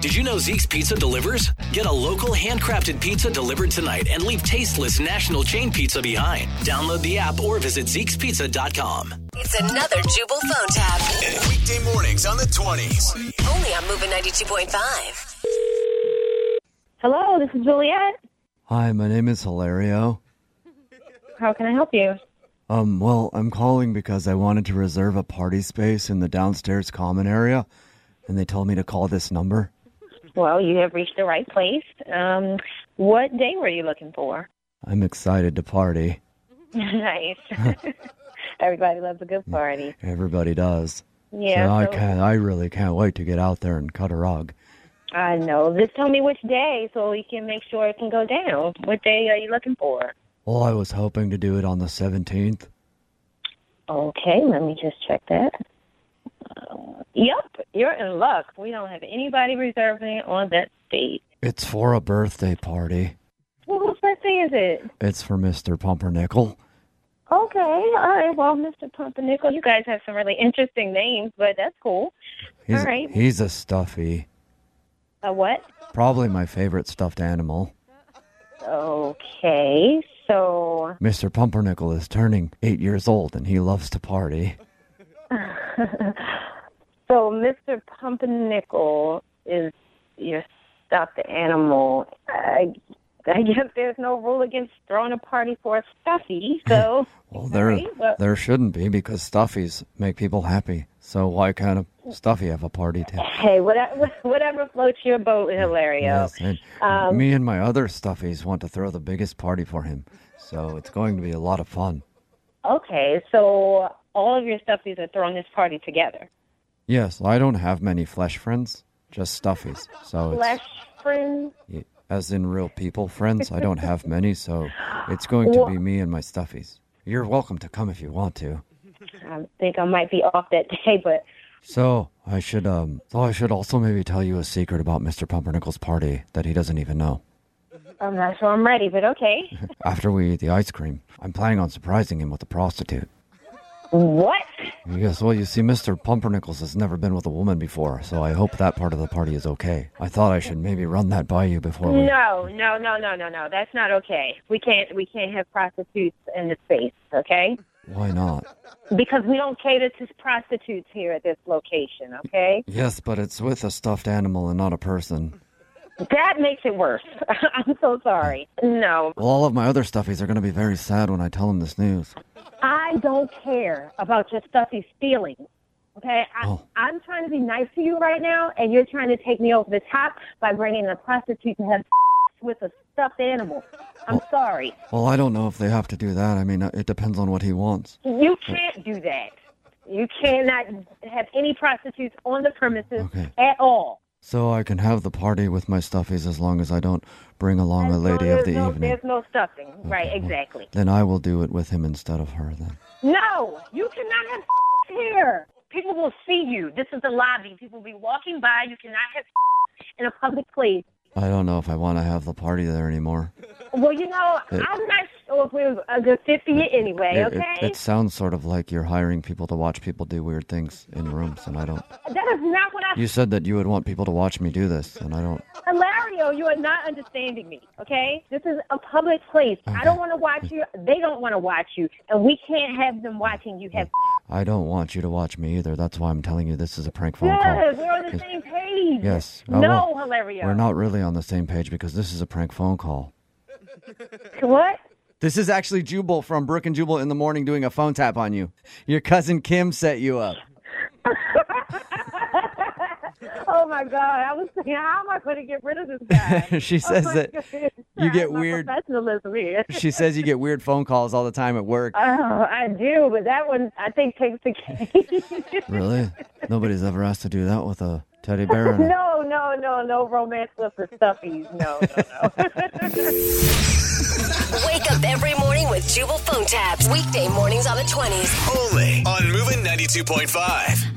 Did you know Zeke's Pizza delivers? Get a local handcrafted pizza delivered tonight and leave tasteless national chain pizza behind. Download the app or visit Zeke'sPizza.com. It's another Jubal phone tab. Weekday mornings on the 20s. Only on Moving 92.5. Hello, this is Juliet. Hi, my name is Hilario. How can I help you? Um, well, I'm calling because I wanted to reserve a party space in the downstairs common area, and they told me to call this number. Well, you have reached the right place. Um, what day were you looking for? I'm excited to party. nice. Everybody loves a good party. Everybody does. Yeah. so I so- can't. I really can't wait to get out there and cut a rug. I know. Just tell me which day so we can make sure it can go down. What day are you looking for? Well, I was hoping to do it on the 17th. Okay, let me just check that. Uh, yep, you're in luck. We don't have anybody reserving on that date. It's for a birthday party. Well, whose birthday is it? It's for Mr. Pumpernickel. Okay, all right. Well, Mr. Pumpernickel, you guys have some really interesting names, but that's cool. He's, All right. He's a stuffy. A what? Probably my favorite stuffed animal. Okay, so Mr. Pumpernickel is turning eight years old, and he loves to party. so Mr. Pumpernickel is your stuffed animal. I, I guess there's no rule against throwing a party for a stuffy, so Well, there Right, well- there shouldn't be because stuffies make people happy. So why can't a stuffy have a party too? hey, whatever, whatever floats your boat, Hilario. Yes, and Um, me and my other stuffies want to throw the biggest party for him. So it's going to be a lot of fun. Okay, so all of your stuffies are throwing this party together. Yes, I don't have many flesh friends, just stuffies. So it's Flesh friends. as in real people friends. I don't have many, so it's going to be me and my stuffies. You're welcome to come if you want to. I think I might be off that day, but So I should um. Oh, I should also maybe tell you a secret about Mr. Pumpernickel's party that he doesn't even know. I'm not sure I'm ready. But okay. After we eat the ice cream, I'm planning on surprising him with a prostitute. what? Yes, well, you see, Mr. Pumpernickels has never been with a woman before, so I hope that part of the party is okay. I thought I should maybe run that by you before we. No, no, no, no, no, no. That's not okay. We can't. We can't have prostitutes in the space. Okay. Why not? Because we don't cater to prostitutes here at this location. Okay. Yes, but it's with a stuffed animal and not a person. That makes it worse. I'm so sorry. No, Well, all of my other stuffies are going to be very sad when I tell them this news. I don't care about your stuffy feelings. Okay, I, Oh. I'm trying to be nice to you right now, and you're trying to take me over the top by bringing a prostitute to have with a stuffed animal. I'm Oh. sorry. Well, I don't know if they have to do that. I mean, uh, it depends on what he wants. You can't do that. You cannot have any prostitutes on the premises Okay. at all. So I can have the party with my stuffies as long as I don't bring along a As lady long as of the no, evening. There's no stuffing. Right, exactly. Then I will do it with him instead of her, then. No, you cannot have here. People will see you. This is the lobby. People will be walking by. You cannot have in a public place. I don't know if I want to have the party there anymore. Well, you know, I'm not sure if we're a good fit for you anyway, Uh, It, it- okay? it sounds sort of like you're hiring people to watch people do weird things in rooms, and I don't. that is not what I... You said that you would want people to watch me do this, and I don't. Hilario, you are not understanding me, okay? This is a public place. I don't want to watch you. They don't want to watch you. And we can't have them watching you have... I don't want you to watch me either. That's why I'm telling you this is a prank phone Yes, call. we're on the same page. oh, Yes. I No, won't- Hilario. We're not really on the same page because this is a prank phone call. What? This is actually Jubal from Brook and Jubal in the morning doing a phone tap on you. Your cousin Kim set you up. Oh, my God. I was thinking, how am I going to get rid of this guy? Oh, she says that you get weird. Professionalism here. She says you get weird phone calls all the time at work. Oh, I do, but that one I think takes the cake. Really? Nobody's ever asked to do that with a teddy bear. and a- no, no, no, no romance with the stuffies. No, no, no. Wake up every morning with Jubal phone tabs. Weekday mornings on the 20s. Only on Moving 92.5.